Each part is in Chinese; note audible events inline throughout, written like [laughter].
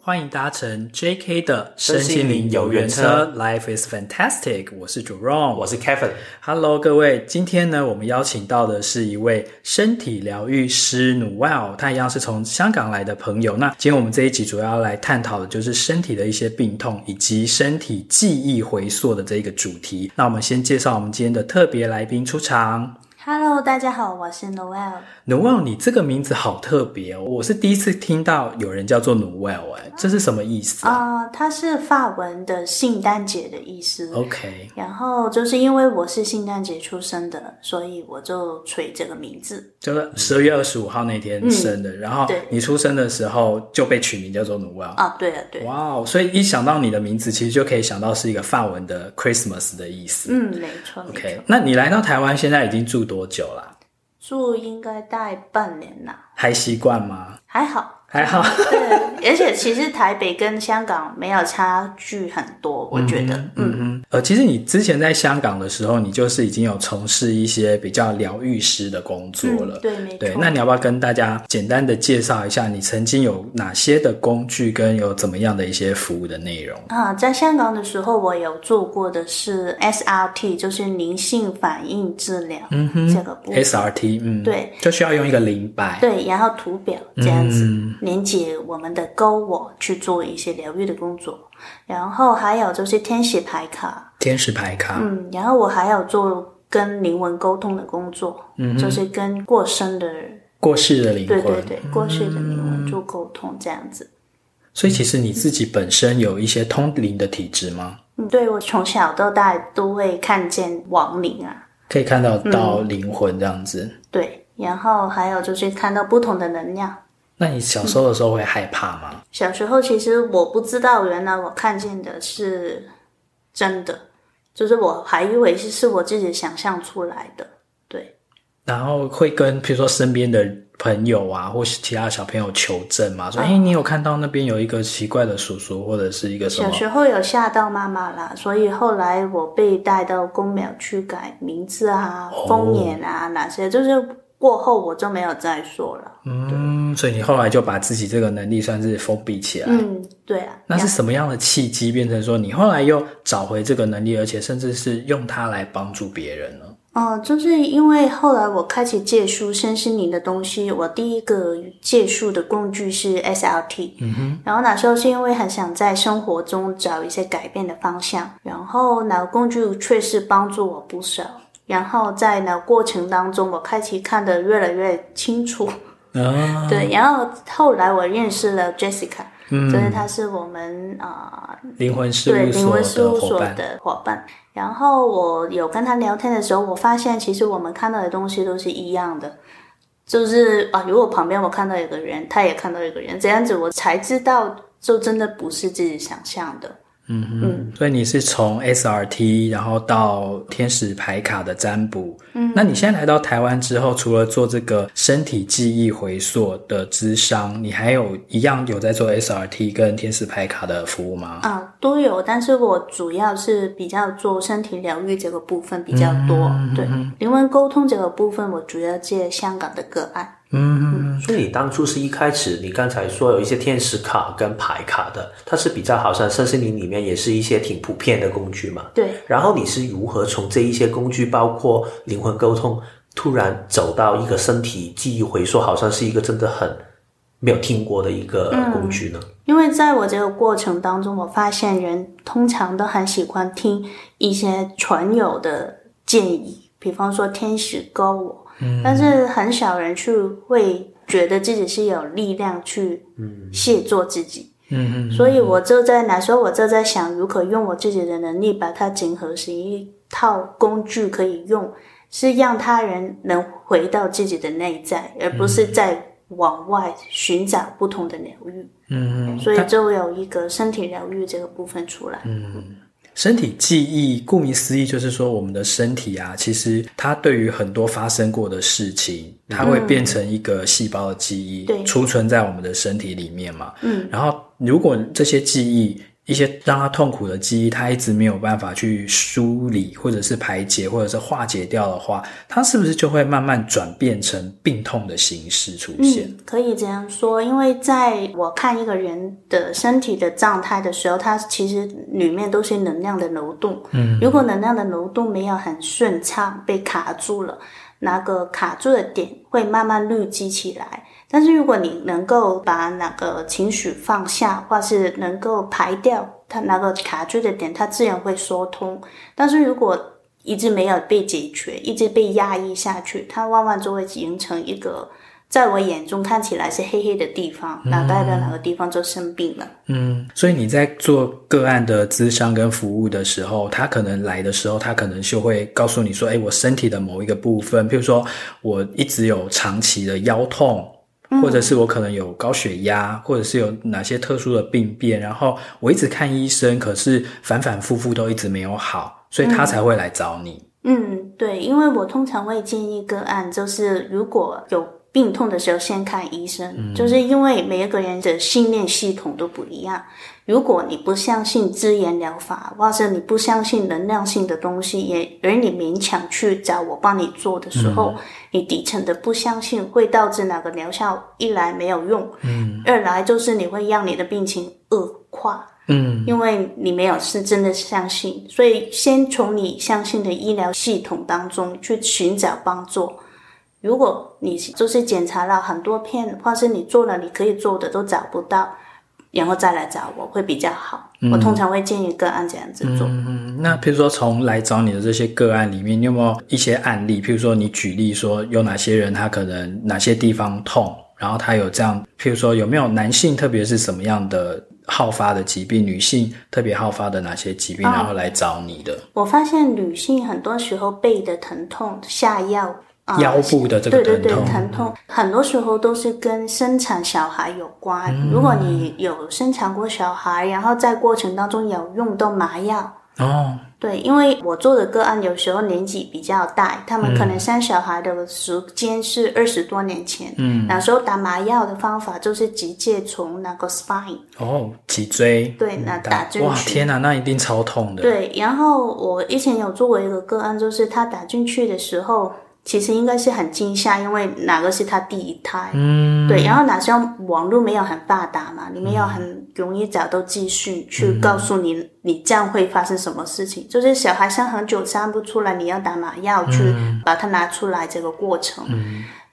欢迎搭乘 J.K. 的身心灵有缘车，Life is fantastic。我是 Jerome，我是 Kevin， Hello，各位，今天呢，我们邀请到的是一位身体疗愈师努哇哦，他一样是从香港来的朋友。那今天我们这一集主要来探讨的就是身体的一些病痛以及身体记忆回溯的这一个主题。那我们先介绍我们今天的特别来宾出场。 Hello，大家好，我是 Noel。努哇哦，你这个名字好特别哦，我是第一次听到有人叫做努哇哦，哎，这是什么意思啊、呃，它是法文的圣诞节的意思。 o k 然后就是因为我是圣诞节出生的，所以我就取这个名字。就是十二月二十五号那天生的，然后嗯对你出生的时候就被取名叫做努哇哦。啊，对了，对了，哇哦！所以一想到你的名字，其实就可以想到是一个法文的 Christmas 的意思。嗯，没错没错 OK，那你来到台湾现在已经住多久啦？住应该待半年啦，还习惯吗？还好。还好。对，而 [laughs] 且其实台北跟香港没有差距很多，我觉得。嗯，嗯，呃，其实你之前在香港的时候，你就是已经有从事一些比较疗愈师的工作了。嗯对，没对，错。那你要不要跟大家简单的介绍一下，你曾经有哪些的工具，跟有怎么样的一些服务的内容？啊，在香港的时候，我有做过的是 SRT，就是灵性反应治疗、嗯这哼个部分。 ，SRT，嗯，，对就需要用一个灵摆。对，然后图表这样子、嗯连接我们的勾我去做一些疗愈的工作，然后还有就是天使牌卡，天使牌卡。嗯，然后我还有做跟灵魂沟通的工作，嗯，就是跟过生的人，过世的灵魂，对对对，过世的灵魂做沟通这样子。所以其实你自己本身有一些通灵的体质吗？嗯，对我从小到大都会看见亡灵啊，可以看到到灵魂这样子。嗯对，然后还有就是看到不同的能量。那你小时候的时候会害怕吗？小时候其实我不知道，原来我看见的是真的，就是我还以为是是我自己想象出来的。对，然后会跟比如说身边的朋友啊，或是其他小朋友求证嘛，说啊哎、诶你有看到那边有一个奇怪的叔叔或者是一个什小么？时候有吓到妈妈啦，所以后来我被带到公庙去改名字啊、风眼啊哪些，就是过后我就没有再说了。嗯，所以你后来就把自己这个能力算是封闭起来。嗯，对啊，那是然什么样的契机变成说你后来又找回这个能力，而且甚至是用它来帮助别人呢？哦，就是因为后来我开始借书身心灵的东西，我第一个借书的工具是 SLT。嗯哼。然后那时候是因为很想在生活中找一些改变的方向，然后那个工具确实帮助我不少。然后在那过程当中，我开始看得越来越清楚。啊，对，然后后来我认识了 Jessica，、就是她是我们啊、呃灵魂事对务灵所魂事的务伙所嗯伴。的伙伴。然后我有跟他聊天的时候，我发现其实我们看到的东西都是一样的，就是啊，如果旁边我看到有个人，他也看到有个人，这样子我才知道，就真的不是自己想象的。嗯所以你是从 SRT，然后到天使牌卡的占卜。嗯，那你现在来到台湾之后，除了做这个身体记忆回溯的智商，你还有一样有在做 SRT 跟天使牌卡的服务吗？啊，都有，但是我主要是比较做身体疗愈这个部分比较嗯多，对，灵魂沟通这个部分我主要接香港的个案。所以你当初是一开始，你刚才说有一些天使卡跟牌卡的，它是比较好像身心灵里面也是一些挺普遍的工具嘛。对，然后你是如何从这一些工具，包括灵魂沟通，突然走到一个身体记忆回溯，好像是一个真的很没有听过的一个工具呢？因为在我这个过程当中，我发现人通常都很喜欢听一些传友的建议，比方说天使勾我，嗯但是很少人去会觉得自己是有力量去卸做自己。嗯所以我就在那时候，我就在想，如何用我自己的能力把它整合成一套工具可以用，是让他人能回到自己的内在，而不嗯是在往外寻找不同的疗愈。嗯所以就有一个身体疗愈这个部分出来。身体记忆，顾名思义，就是说我们的身体啊，其实它对于很多发生过的事情，它会变成一个细胞的记忆，嗯对储存在我们的身体里面嘛。嗯，然后如果这些记忆一些让他痛苦的记忆，他一直没有办法去梳理，或者是排解，或者是化解掉的话，他是不是就会慢慢转变成病痛的形式出现？嗯，可以这样说，因为在我看一个人的身体的状态的时候，它其实里面都是能量的流动。嗯，如果能量的流动没有很顺畅，被卡住了，那个卡住的点会慢慢累积起来。但是如果你能够把那个情绪放下，或是能够排掉它那个卡住的点，它自然会疏通。但是如果一直没有被解决，一直被压抑下去，它往往就会形成一个在我眼中看起来是黑黑的地方，那代表哪个地方就生病了。嗯，所以你在做个案的咨商跟服务的时候，他可能来的时候，他可能就会告诉你说：“哎，我身体的某一个部分，譬如说我一直有长期的腰痛，或者是我可能有高血压，或者是有哪些特殊的病变，然后我一直看医生，可是反反复复都一直没有好，所以他才会来找你。嗯，对，因为我通常会建议个案，就是如果有病痛的时候，先看医生，就是因为每一个人的信念系统都不一样。如果你不相信资源疗法，或者你不相信能量性的东西，也而你勉强去找我帮你做的时候，你底层的不相信会导致哪个疗效一来没有用，嗯，二来就是你会让你的病情恶化，嗯，因为你没有是真的相信，所以先从你相信的医疗系统当中去寻找帮助。如果你就是检查了很多片，或是你做了你可以做的都找不到，然后再来找我会比较好。我通常会建议个案这样子做。嗯，那譬如说从来找你的这些个案里面，你有没有一些案例？譬如说你举例说有哪些人他可能哪些地方痛，然后他有这样，譬如说有没有男性特别是什么样的好发的疾病，女性特别好发的哪些疾哦病，然后来找你的、我发现女性很多时候背的疼痛、下药、啊腰部的这个对对疼对，痛？疼痛很多时候都是跟生产小孩有关。嗯如果你有生产过小孩，然后在过程当中有用到麻药，哦，对，因为我做的个案有时候年纪比较大，他们嗯可能生小孩的时间是二十多年前，嗯，那时候打麻药的方法就是直接从那个 spine，哦，脊椎对那打进嗯哇，去天哪，那一定超痛的。对，然后我以前有做过一个个案，就是他打进去的时候，其实应该是很惊吓，因为哪个是他第一胎，嗯，对，然后那时候网络没有很发达嘛，你没有很容易找到资讯去告诉你你这样会发生什么事情，就是小孩伤很久伤不出来，你要打麻药去把它拿出来这个过程。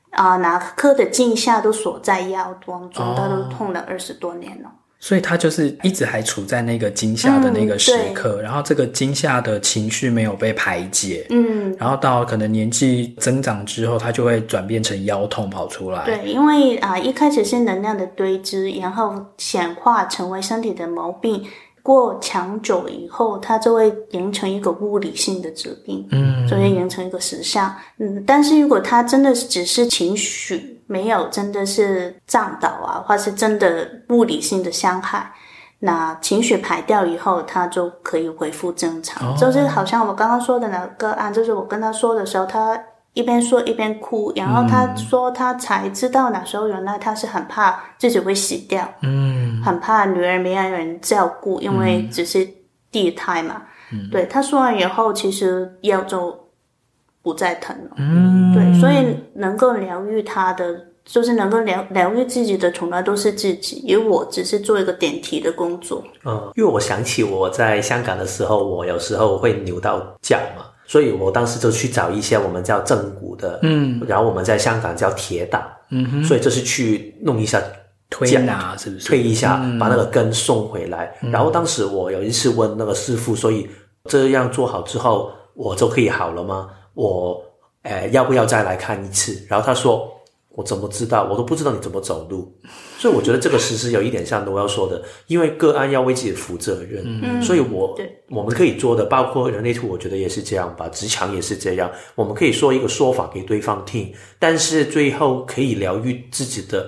啊、哪颗的镜下都锁在腰当中，他都痛了二十多年了。所以他就是一直还处在那个惊吓的嗯那个时刻，然后这个惊吓的情绪没有被排解，嗯，然后到可能年纪增长之后，他就会转变成腰痛跑出来。对，因为啊、一开始是能量的堆积，然后显化成为身体的毛病。过长久以后，它就会形成一个物理性的疾病，嗯，就会形成一个时效，嗯。但是如果它真的只是情绪，没有真的是胀倒啊，或是真的物理性的伤害，那情绪排掉以后，它就可以恢复正常。就是好像我刚刚说的那个案，就是我跟他说的时候，他一边说一边哭，然后他说他才知道那时候原来他是很怕自己会死掉，嗯，很怕女儿没有人照顾，因为只是第一胎嘛，嗯、对他说完以后，其实腰就不再疼了，嗯，对，所以能够疗愈他的。就是能够疗疗愈自己的，从来都是自己，因为我只是做一个点题的工作。嗯，因为我想起我在香港的时候，我有时候会扭到脚嘛，所以我当时就去找一些我们叫正骨的，嗯，然后我们在香港叫铁打，嗯哼，所以就是去弄一下推拿是不是？退一下，把那个根送回来。然后当时我有一次问那个师傅，所以这样做好之后，我就可以好了吗？我呃要不要再来看一次？然后他说。我怎么知道？我都不知道你怎么走路，所以我觉得这个其实有一点像罗耀说的，因为个案要为自己负责任，嗯所以我对我们可以做的，包括人类图，我觉得也是这样吧，职场也是这样，我们可以说一个说法给对方听，但是最后可以疗愈自己的，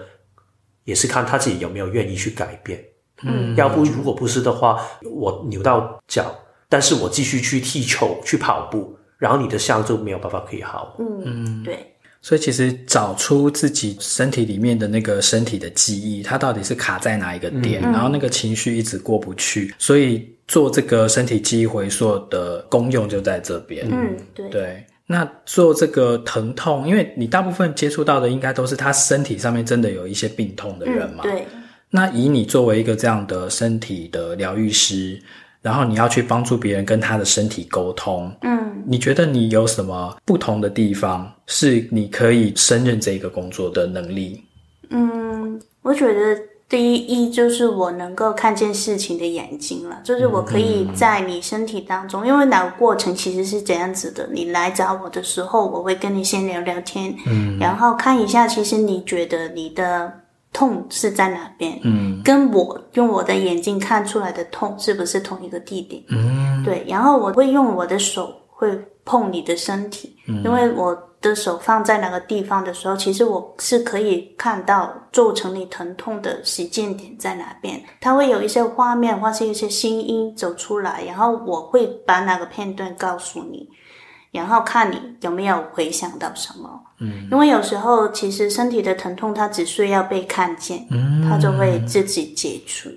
也是看他自己有没有愿意去改变。嗯，要不如果不是的话，我扭到脚，但是我继续去踢球、去跑步，然后你的伤就没有办法可以好。嗯，对，所以其实找出自己身体里面的那个身体的记忆，它到底是卡在哪一个点，嗯然后那个情绪一直过不去，所以做这个身体记忆回溯的功用就在这边。嗯，对，对，那做这个疼痛，因为你大部分接触到的应该都是他身体上面真的有一些病痛的人嗯，嘛。对，那以你作为一个这样的身体的疗愈师，然后你要去帮助别人跟他的身体沟通，嗯，你觉得你有什么不同的地方是你可以胜任这个工作的能力？嗯，我觉得第一就是我能够看见事情的眼睛了，就是我可以在你身体当中，因为哪个过程其实是怎样子的。你来找我的时候，我会跟你先聊聊天，嗯，然后看一下，其实你觉得你的痛是在哪边，嗯，跟我用我的眼睛看出来的痛是不是同一个地点，嗯，对，然后我会用我的手会碰你的身体，因为我的手放在哪个地方的时候，其实我是可以看到造成你疼痛的时间点在哪边，它会有一些画面或是一些声音走出来，然后我会把哪个片段告诉你，然后看你有没有回想到什么。嗯，因为有时候其实身体的疼痛，它只需要被看见，嗯，它就会自己解除。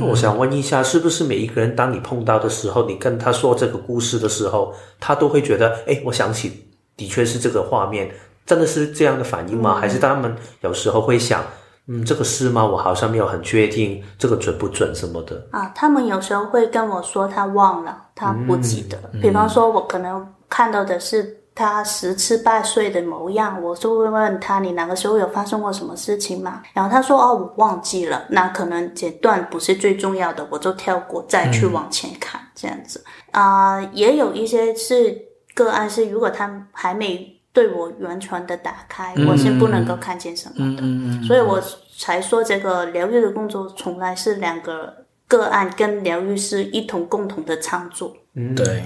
我想问一下，是不是每一个人，当你碰到的时候，你跟他说这个故事的时候，他都会觉得，哎，我想起，的确是这个画面，真的是这样的反应吗？嗯还是他们有时候会想，嗯，这个是吗？我好像没有很确定，这个准不准什么的。啊，他们有时候会跟我说他忘了，他不记得。比方说，我可能看到的是他十次八岁的模样，我就会问他：“你哪个时候有发生过什么事情吗？”然后他说：“哦，我忘记了。”那可能这段不是最重要的，我就跳过，再去往前看，这样子。啊、也有一些是个案是，如果他还没对我完全的打开，我是不能够看见什么的。嗯所以我才说这个疗愈的工作从来是两个个案跟疗愈师一同共同的创作。对，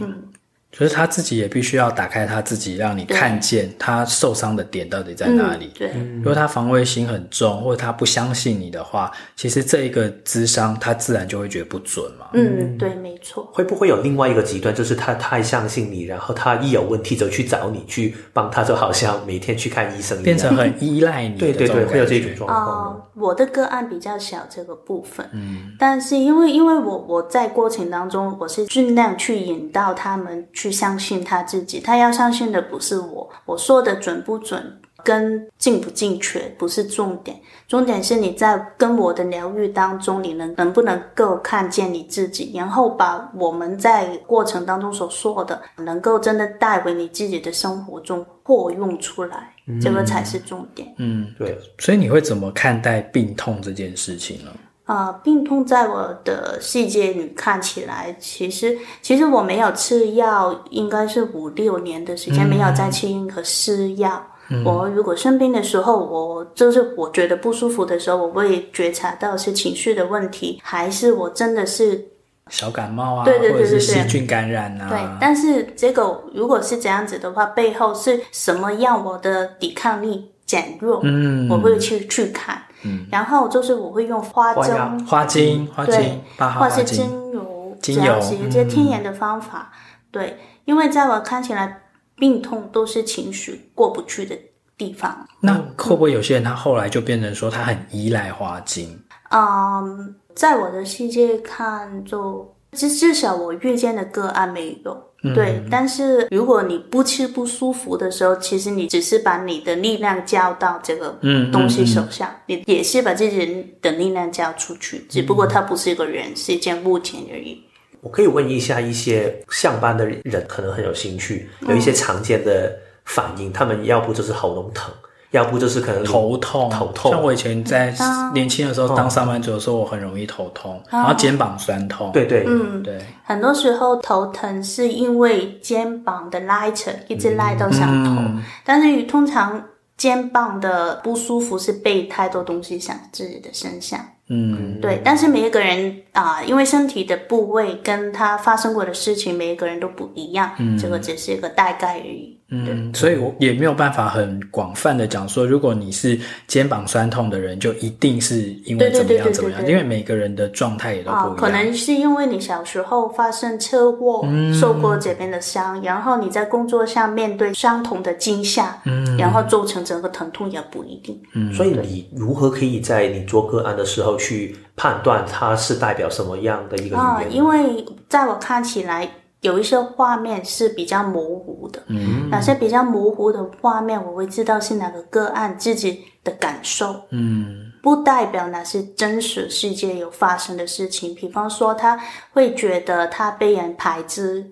就是他自己也必须要打开他自己，让你看见他受伤的点到底在哪里。嗯、对，如果他防卫心很重，或者他不相信你的话，其实这一个智商他自然就会觉得不准嘛。嗯，对，没错。会不会有另外一个极端，就是他太相信你，然后他一有问题就去找你去帮他，就好像每天去看医生一变样。成很依赖你的对对对，种会有感这觉种状啊、况吗。我的个案比较小这个部分，嗯，但是因为因为我我在过程当中，我是尽量去引导他们去相信他自己，他要相信的不是我，我说的准不准。跟进不进确不是重点，重点是你在跟我的疗愈当中，你能能不能够看见你自己，然后把我们在过程当中所说的，能够真的带回你自己的生活中获用出来，嗯这个才是重点。嗯对，所以你会怎么看待病痛这件事情呢？啊、病痛在我的世界里看起来，其实其实我没有吃药，应该是五六年的时间没有再吃任何吃药。我如果生病的时候，我就是我觉得不舒服的时候，我会觉察到是情绪的问题，还是我真的是小感冒啊，对对对或者是对对细菌感染对啊，，但是这个如果是这样子的话，背后是什么让我的抵抗力减弱？嗯，我会去去看。嗯，然后就是我会用花花针、样花嗯精、花精对、八或号花是啊精，精油，精只要油嗯是一些天然的方法。对，因为在我看起来，病痛都是情绪过不去的地方。那会不会有些人他后来就变成说他很依赖花精？嗯，在我的世界看就。至至少我遇见的个案没有，嗯对。但是如果你不吃不舒服的时候，其实你只是把你的力量交到这个嗯嗯东西手上，你也是把自己的力量交出去，只嗯不过它不是一个人，是一件物件而已。我可以问一下一些上班的人，可能很有兴趣，嗯有一些常见的反应，他们要不就是喉咙疼，要不就是可能头痛，嗯头痛嗯像我以前在啊年轻的时候当上班族的时候，我很容易头痛，然后肩膀酸痛。对对，嗯，对，很多时候头疼是因为肩膀的拉扯，一直拉到上头。嗯但是通常肩膀的不舒服是被太多东西想自己的身上。嗯，对，但是每一个人啊、因为身体的部位跟他发生过的事情，每一个人都不一样，这个只是一个大概而已。嗯，所以我也没有办法很广泛的讲说，如果你是肩膀酸痛的人，就一定是因为对对怎么对样对怎么样，对对因为每个人的状态也都啊，不可一样。能是因为你小时候发生车祸，嗯受过这边的伤，然后你在工作上面对相同的惊吓，嗯然后造成整个疼痛也不一定。所以你如何可以在你做个案的时候去判断它是代表什么样的一个啊，语言？因为在我看起来，有一些画面是比较模糊的，嗯，哪些比较模糊的画面，我会知道是哪个个案自己的感受，嗯，不代表那是真实世界有发生的事情。比方说，他会觉得他被人排斥。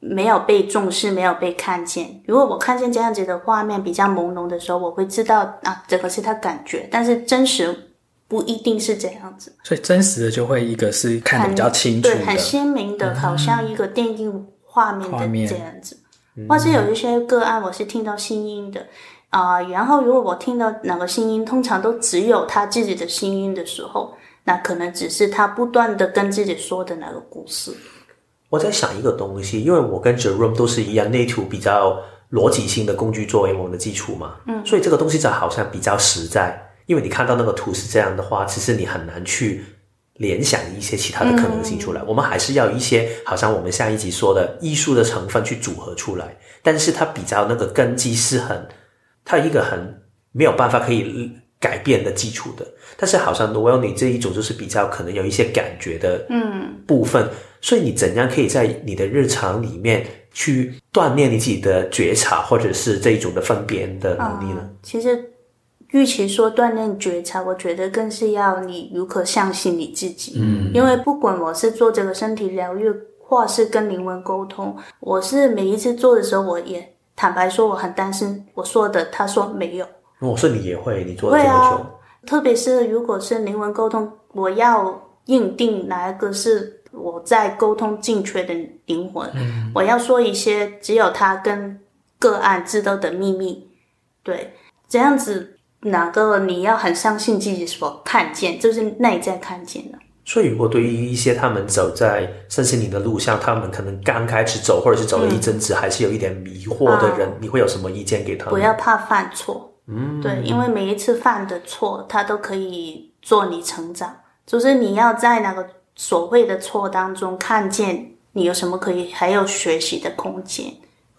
没有被重视，没有被看见。如果我看见这样子的画面比较朦胧的时候，我会知道啊，这个是他感觉，但是真实不一定是这样子。所以真实的就会一个是看得很比较清楚对，很的，嗯鲜明的，好像一个电影画面画的面这样子。或是有一些个案，我是听到心音的啊、然后如果我听到哪个心音，通常都只有他自己的心音的时候，那可能只是他不断的跟自己说的那个故事。我在想一个东西，因为我跟 Jerome 都是一样，内图比较逻辑性的工具作为我们的基础嘛，嗯，所以这个东西就好像比较实在，因为你看到那个图是这样的话，其实你很难去联想一些其他的可能性嗯出来。我们还是要一些好像我们上一集说的艺术的成分去组合出来，但是它比较那个根基是很，它有一个很没有办法可以改变的基础的。但是好像 n o e l 你这一种就是比较可能有一些感觉的，嗯，部分。所以你怎样可以在你的日常里面去锻炼你自己的觉察，或者是这一种的分辨的能力呢？呃其实，与其说锻炼觉察，我觉得更是要你如何相信你自己。嗯，因为不管我是做这个身体疗愈，或是跟灵魂沟通，我是每一次做的时候，我也坦白说我很担心我说的，他说没有。我说你也会，你做了这会么啊久，特别是如果是灵魂沟通，我要认定哪一个是我在沟通正确的灵魂，我要说一些只有他跟个案知道的秘密，对，这样子哪个你要很相信自己所看见，就是内在看见的，所以，如果对于一些他们走在身心灵的路上，他们可能刚开始走，或者是走了一阵子，还是有一点迷惑的人，你会有什么意见给他不们？要怕犯错，嗯，对，因为每一次犯的错，他都可以做你成长，就是你要在那个所谓的错当中看见你有什么可以还有学习的空间。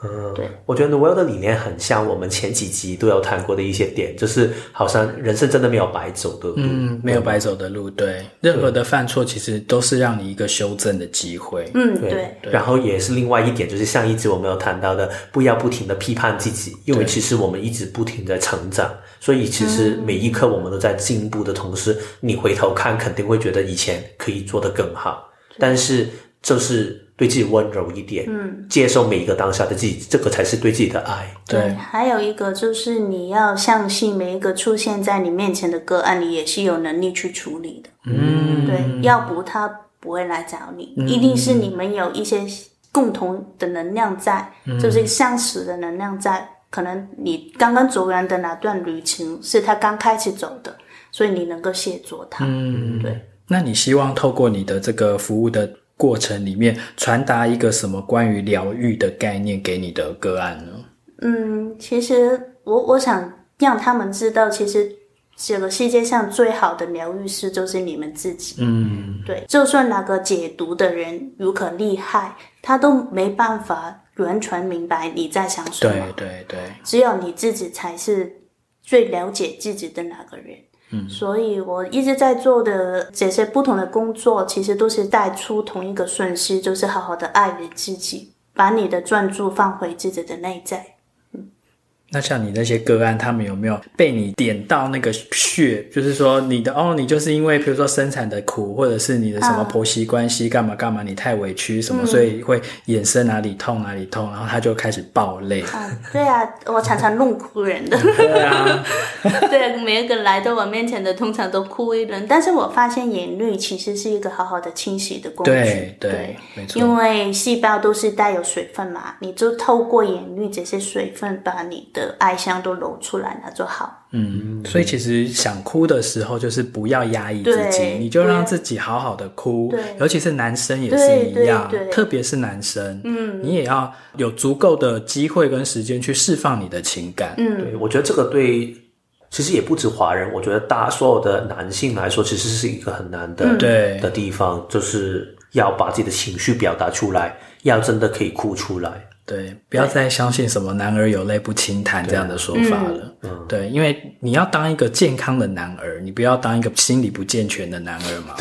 嗯对，我觉得 Noel 的理念很像我们前几集都有谈过的一些点，就是好像人生真的没有白走的路。嗯，没有白走的路。对，任何的犯错其实都是让你一个修正的机会。嗯，对，对，然后也是另外一点，就是上一集我们有谈到的，不要不停的批判自己，因为其实我们一直不停的成长，所以其实每一刻我们都在进步的同时，你回头看肯定会觉得以前可以做得更好，但是就是对自己温柔一点，嗯，接受每一个当下的自己，这个才是对自己的爱。对，还有一个就是你要相信每一个出现在你面前的个案，你也是有能力去处理的。嗯，对，要不他不会来找你，一定是你们有一些共同的能量在，就是相似的能量在。可能你刚刚走完的那段旅程是他刚开始走的，所以你能够协助他。嗯，对。那你希望透过你的这个服务的过程里面，传达一个什么关于疗愈的概念给你的个案呢？嗯，其实我我想让他们知道，其实这个世界上最好的疗愈师就是你们自己。嗯，对，就算哪个解读的人如何厉害，他都没办法完全明白你在想什对么。对对，只有你自己才是最了解自己的那个人。嗯，所以我一直在做的这些不同的工作，其实都是带出同一个顺序，就是好好的爱你自己，把你的专注放回自己的内在。那像你那些个案，他们有没有被你点到那个穴？就是说你的哦，你就是因为比如说生产的苦，或者是你的什嗯么婆媳关系干嘛干嘛，你太委屈什么，所以会衍生哪里痛哪里痛，然后他就开始爆泪。嗯，对啊，我常常弄哭人的。对啊， [laughs] 对，每一个来到我面前的，通常都哭一轮。但是我发现眼泪其实是一个好好的清洗的工具。对 [laughs] 对对，没错。因为细胞都是带有水分嘛，你就透过眼泪这些水分，把你的的哀伤都揉出来，那就好。嗯，所以其实想哭的时候，就是不要压抑自己，对你就让自己好好的哭对。尤其是男生也是一样对对，对特别是男生，嗯，你也要有足够的机会跟时间去释放你的情感。嗯，对，我觉得这个对，其实也不止华人，我觉得大所有的男性来说，其实是一个很难的、嗯对的地方，就是要把自己的情绪表达出来，要真的可以哭出来。对，不要再相信什么“男儿有泪不轻弹”这样的说法了。嗯对，因为你要当一个健康的男儿，你不要当一个心理不健全的男儿嘛。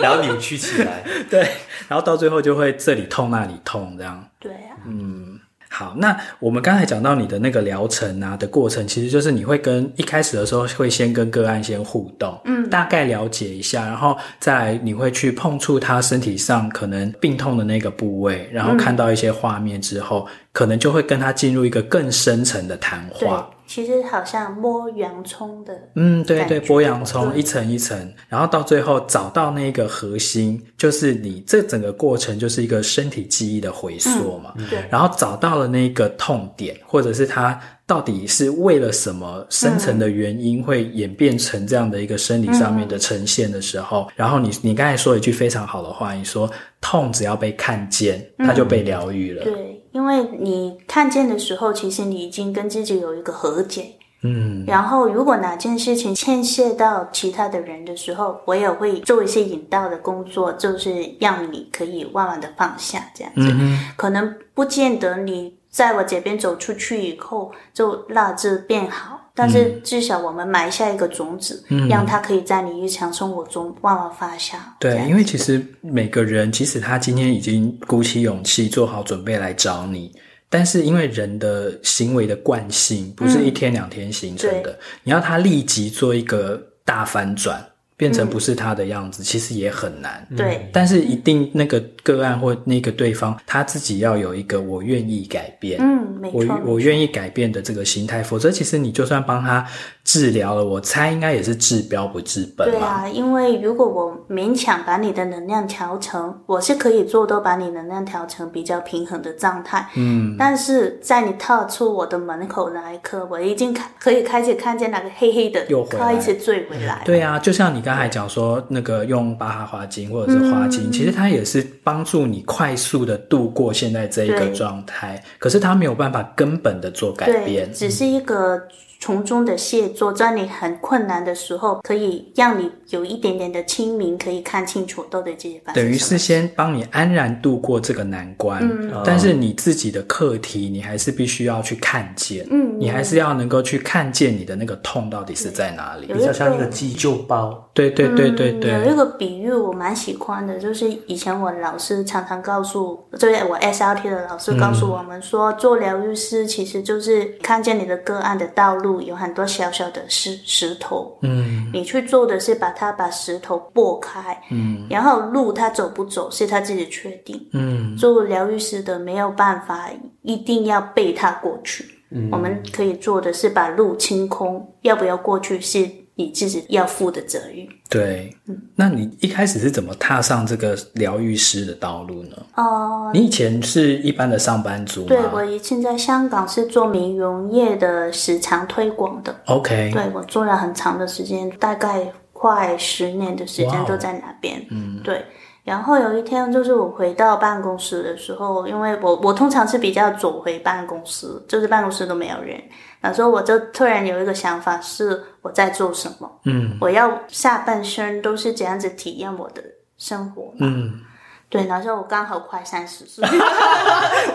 然后扭曲起来。对，然后到最后就会这里痛那里痛这样。对啊，嗯好，那我们刚才讲到你的那个疗程啊的过程，其实就是你会跟一开始的时候会先跟个案先互动，嗯，大概了解一下，然后再来你会去碰触他身体上可能病痛的那个部嗯位，然后看到一些画面之后，可能就会跟他进入一个更深层的谈对话。，其实好像摸洋葱的，嗯，对感对，觉嗯剥洋葱对一层一层，然后到最后找到那个核心，就是你这整个过程就是一个身体记忆的回嗯溯嘛。 [laughs] 对，然后找到了那个痛点，或者是他到底是为了什么深层的原因会演变成这样的一个生理上面的呈现的时嗯候，然后你你刚才说一句非常好的话，你说痛只要被看见，它就被疗愈了。对，因为你看见的时候，其实你已经跟自己有一个和解。嗯，然后，如果哪件事情牵涉到其他的人的时候，我也会做一些引导的工作，就是让你可以慢慢的放下这样嗯子。可能不见得你在我这边走出去以后就让这变好，但嗯是至少我们埋下一个种子，让它可以在你日常生活中慢慢发酵。这对，样因为其实每个人，即使他今天已经鼓起勇气做好准备来找你，但是因为人的行为的惯性不是一天两天形成嗯的，你要他立即做一个大反转，变成不是他的样嗯子，其实也很难。对但是一定那个个案或那个对方他自己要有一个我愿意改变，嗯，没我错，我愿意改变的这个心态，否则其实你就算帮他治疗了，我猜应该也是治标不治本对嘛。啊，因为如果我勉强把你的能量调成，我是可以做到把你能量调成比较平衡的状态。嗯，但是在你踏出我的门口那一刻，我已经看可以开始看见那个黑黑的又回来开始坠回来。对啊，就像你刚才讲说，那个用巴哈花精或者是花嗯精，其实它也是帮助你快速的度过现在这一个对状态，可是它没有办法根本的做改对变，。只是一个从中的卸作，在你很困难的时候，可以让你有一点点的清明，可以看清楚到底自己发生等于什是么先帮你安然度过这个难关，嗯但是你自己的课题，你还是必须要去看见，嗯你还是要能够去看见你的那个痛到底是在哪里。有比较嗯像一个急救包，对对对对对，嗯嗯有一个比喻我蛮喜欢的，就是以前我老师常常告诉，就是我 SLT 的老师告诉我们说，做疗愈师其实就是看见你的个案的道路有很多小小的石石头，嗯，你去做的是把它把石头拨开，嗯，然后路他走不走是他自己确定，嗯，做疗愈师的没有办法，一定要背他过去。嗯我们可以做的是把路清空，要不要过去是你自己要负的责任。对，那你一开始是怎么踏上这个疗愈师的道路呢？哦，你以前是一般的上班族吗？对，我以前在香港是做美容业的时长推广的， OK，对我做了很长的时间，大概快十年的时哇哦间都在那边。嗯，对。然后有一天，就是我回到办公室的时候，因为我我通常是比较走回办公室，就是办公室都没有人。然后我就突然有一个想法，是我在做什么？嗯，我要下半生都是这样子体验我的生活。嗯，对。然后我刚好快三 [laughs] 十岁。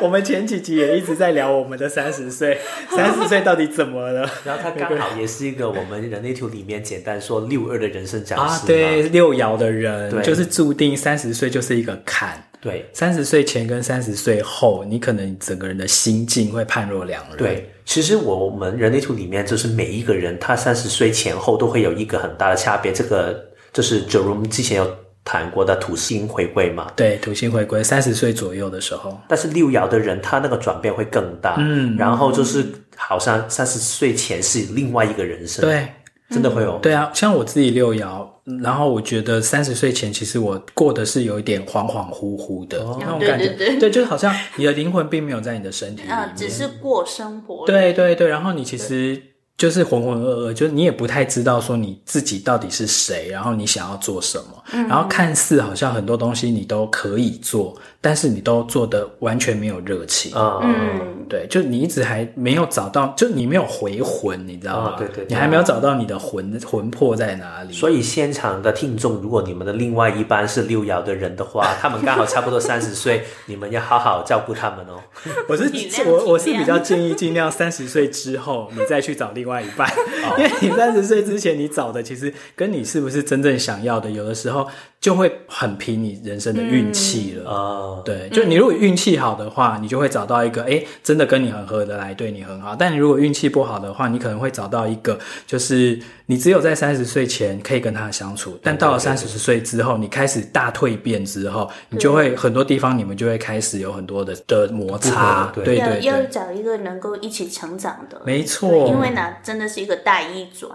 我们前几集也一直在聊我们的三十 [laughs] 岁，三十岁到底怎么了然后它刚好也是一个我们人类图里面简单说六二的人生讲啊师？嘛对，六爻的人对就是注定三十岁就是一个坎，对三十岁前跟三十岁后，你可能整个人的心境会判若两人。，对，其实我们人类图里面就是每一个人，他三十岁前后都会有一个很大的差别。这个就是 Jerome 之前有谈过的土星回归嘛。对，土星回归三十岁左右的时候，但是六爻的人，他那个转变会更大。嗯，然后就是好像三十岁前是另外一个人生。对。真的会有。对啊，像我自己六爻，然后我觉得三十岁前，其实我过的是有一点恍恍惚惚的、哦那种感觉，对对对就是好像你的灵魂并没有在你的身体里面，嗯，只是过生活。对，对对，然后你其实就是浑浑噩噩，就是你也不太知道说你自己到底是谁，然后你想要做什么，嗯然后看似好像很多东西你都可以做，但是你都做的完全没有热情。啊、嗯，对，就你一直还没有找到，就你没有回魂，你知道吗？啊对对对你还没有找到你的魂魂魄在哪里。所以现场的听众，如果你们的另外一半是六爻的人的话，他们刚好差不多三十岁，你们要好好照顾他们哦。 [laughs] 我是尽量我我是尽量比较建议尽量三十岁之后你再去找另外一半，哦因为你三十岁之前你找的其实跟你是不是真正想要的，有的时候就会很凭你人生的运气嗯了。啊、对，就你如果运气好的话，你就会找到一个哎、诶真的跟你很合得来，对你很好。但你如果运气不好的话，你可能会找到一个，就是你只有在三十岁前可以跟他相处，但到了三十岁之后，你开始大蜕变之后，你就会很多地方你们就会开始有很多的的摩擦。对对对要要对，找一个能够一起成长的，没对错，因为呢，真的是一个大一转，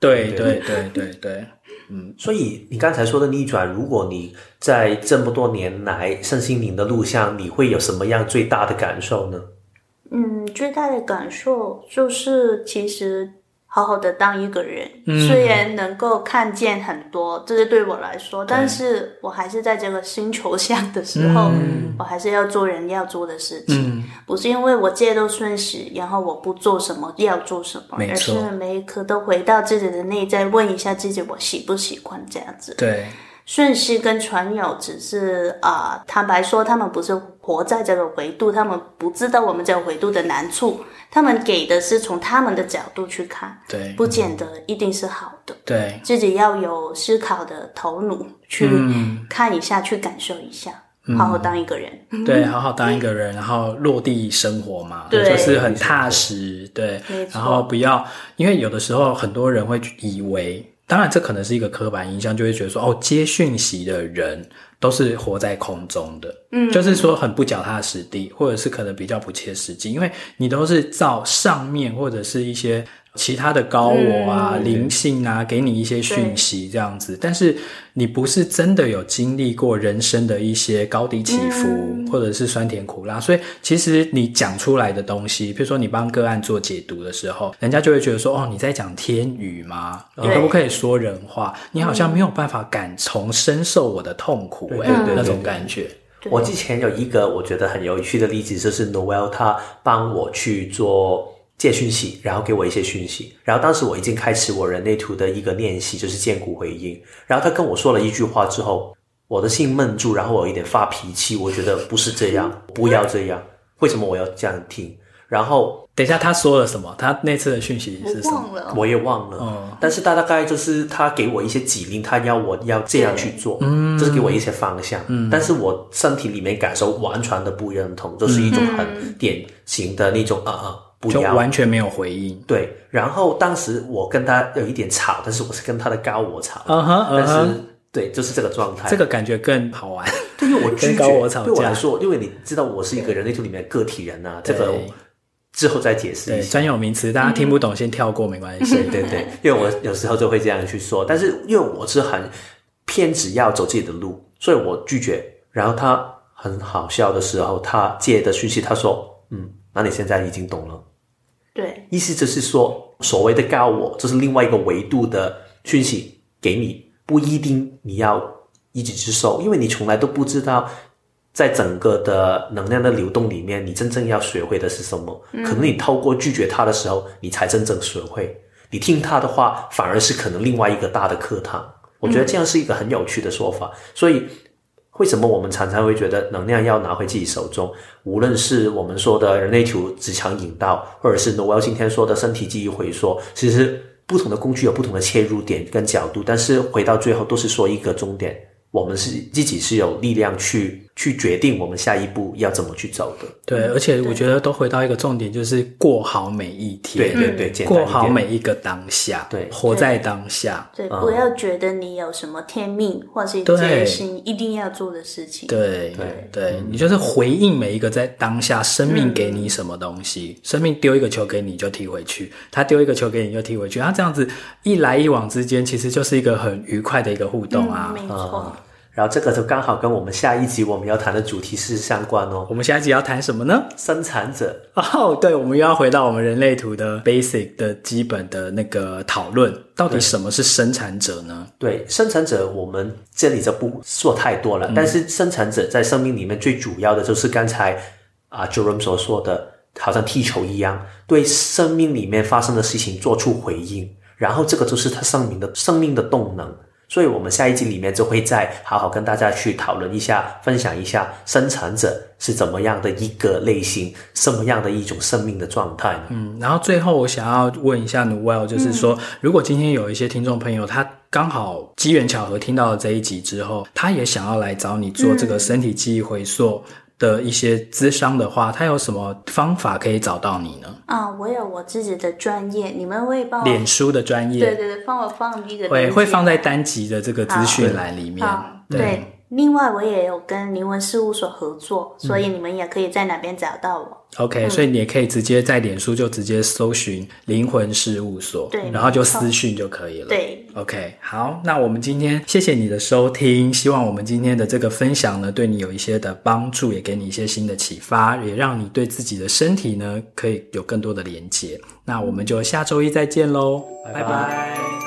对 [laughs] 对对对对，所以你刚才说的逆转，如果你在这么多年来身心灵的路上，你会有什么样最大的感受呢？嗯，最大的感受就是，其实好好的当一个人，嗯虽然能够看见很多，这是对我来说，但是我还是在这个星球上的时候，我还是要做人要做的事情，嗯，不是因为我戒都顺时，然后我不做什么要做什么，没而错是每一刻都回到自己的内在，问一下自己我喜不喜欢这样子。对，顺势跟传友只是啊、呃坦白说，他们不是活在这个维度，他们不知道我们这个维度的难处，他们给的是从他们的角度去看，对不见得一定是好的，对，自己要有思考的头脑去嗯看一下，去感受一下，好好当一个人。对，好好当一个人，然后落地生活嘛，嗯对就是很踏实，对没，错然后不要，因为有的时候很多人会以为，当然这可能是一个刻板印象，就会觉得说，哦，接讯息的人都是活在空中的，嗯，就是说很不脚踏实地，或者是可能比较不切实际，因为你都是照上面或者是一些。其他的高我啊、嗯灵性啊，给你一些讯息这样子，但是你不是真的有经历过人生的一些高低起伏，嗯或者是酸甜苦辣，所以其实你讲出来的东西，比如说你帮个案做解读的时候，人家就会觉得说，哦，你在讲天语吗？你对可不可以说人话？你好像没有办法感同身受我的痛苦、对哎对对对那种对感觉。对我之前有一个我觉得很有趣的例子，就是 Noel 他帮我去做借讯息，然后给我一些讯息，然后当时我已经开始我人类图的一个练习，就是见骨回音，然后他跟我说了一句话之后，我的心闷住，然后我有点发脾气，我觉得不是这样，不要这样，为什么我要这样听？然后等一下，他说了什么？他那次的讯息是什我么？忘了，我也忘了，嗯但是他大概就是他给我一些指令，他要我要这样去做，嗯，就是给我一些方向，嗯，但是我身体里面感受完全的不认同，就是一种很典型的那种啊啊、呃不就要，完全没有回应。对。然后当时我跟他有一点吵，但是我是跟他的高我吵，嗯哼，嗯但是、哼，对，就是这个状态，这个感觉更好玩。对，因为我拒跟绝，高我吵架对我来说，因为你知道我是一个人类图里面的个体人呐、啊，这个对之后再解 [laughs] 释对，一下。专有名词大家听不懂，先跳过没关系。对对，因为我有时候就会这样去说，但是因为我是很偏执要走自己的路，所以我拒绝。然后他很好笑的时候，他接的讯息，他说：“嗯，那你现在已经懂了。对”意思就是说，所谓的高我，这是另外一个维度的讯息给你，不一定你要一直去收，因为你从来都不知道。在整个的能量的流动里面，你真正要学会的是什么？可能你透过拒绝他的时候，你才真正学会。你听他的话，反而是可能另外一个大的课堂。我觉得这样是一个很有趣的说法。所以，为什么我们常常会觉得能量要拿回自己手中？无论是我们说的人类图职场引导，或者是 Noel 今天说的身体记忆回缩，其实不同的工具有不同的切入点跟角度，但是回到最后都是说一个终点。我们是自己是有力量去去决定我们下一步要怎么去走的。对，而且我觉得都回到一个重点，就是过好每一对天，对对，简单一过点好每一个当下，对活在当下，对，不要觉得你有什么天命或是决心一定要做的事情。对对嗯对，你就是回应每一个在当下，生命给你什么东西，生命丢一个球给你就踢回去，他丢一个球给你就踢回去，他这样子一来一往之间，其实就是一个很愉快的一个互动啊。嗯，没错。然后这个就刚好跟我们下一集我们要谈的主题是相关哦，我们下一集要谈什么呢？生产者。哦，对，我们又要回到我们人类图的 basic 的基本的那个讨论，到底什么是生产者呢？对生产者，我们这里就不说太多了。但是生产者在生命里面最主要的就是刚才啊 Jerome 所说的，好像踢球一样，对生命里面发生的事情做出回应，然后这个就是他生命的生命的动能。所以，我们下一集里面就会再好好跟大家去讨论一下，分享一下生产者是怎么样的一个类型，什么样的一种生命的状态呢？嗯，然后最后我想要问一下 Noel，就是说，嗯如果今天有一些听众朋友，他刚好机缘巧合听到了这一集之后，他也想要来找你做这个身体记忆回溯的一些咨商的话，他有什么方法可以找到你呢？啊，我有我自己的专业，你们会帮我脸书的专哦对对业对，帮我放一个会链会接放在单集的这个资讯栏里面。啊，对。另外，我也有跟灵文事务所合作，所嗯以你们也可以在那边找到我。 OK，、所以你也可以直接在脸书就直接搜寻“灵魂事务所”，对然后就没错私讯就可以了。对， OK，好，那我们今天谢谢你的收听，希望我们今天的这个分享呢，对你有一些的帮助，也给你一些新的启发，也让你对自己的身体呢，可以有更多的连接。那我们就下周一再见喽，拜拜拜拜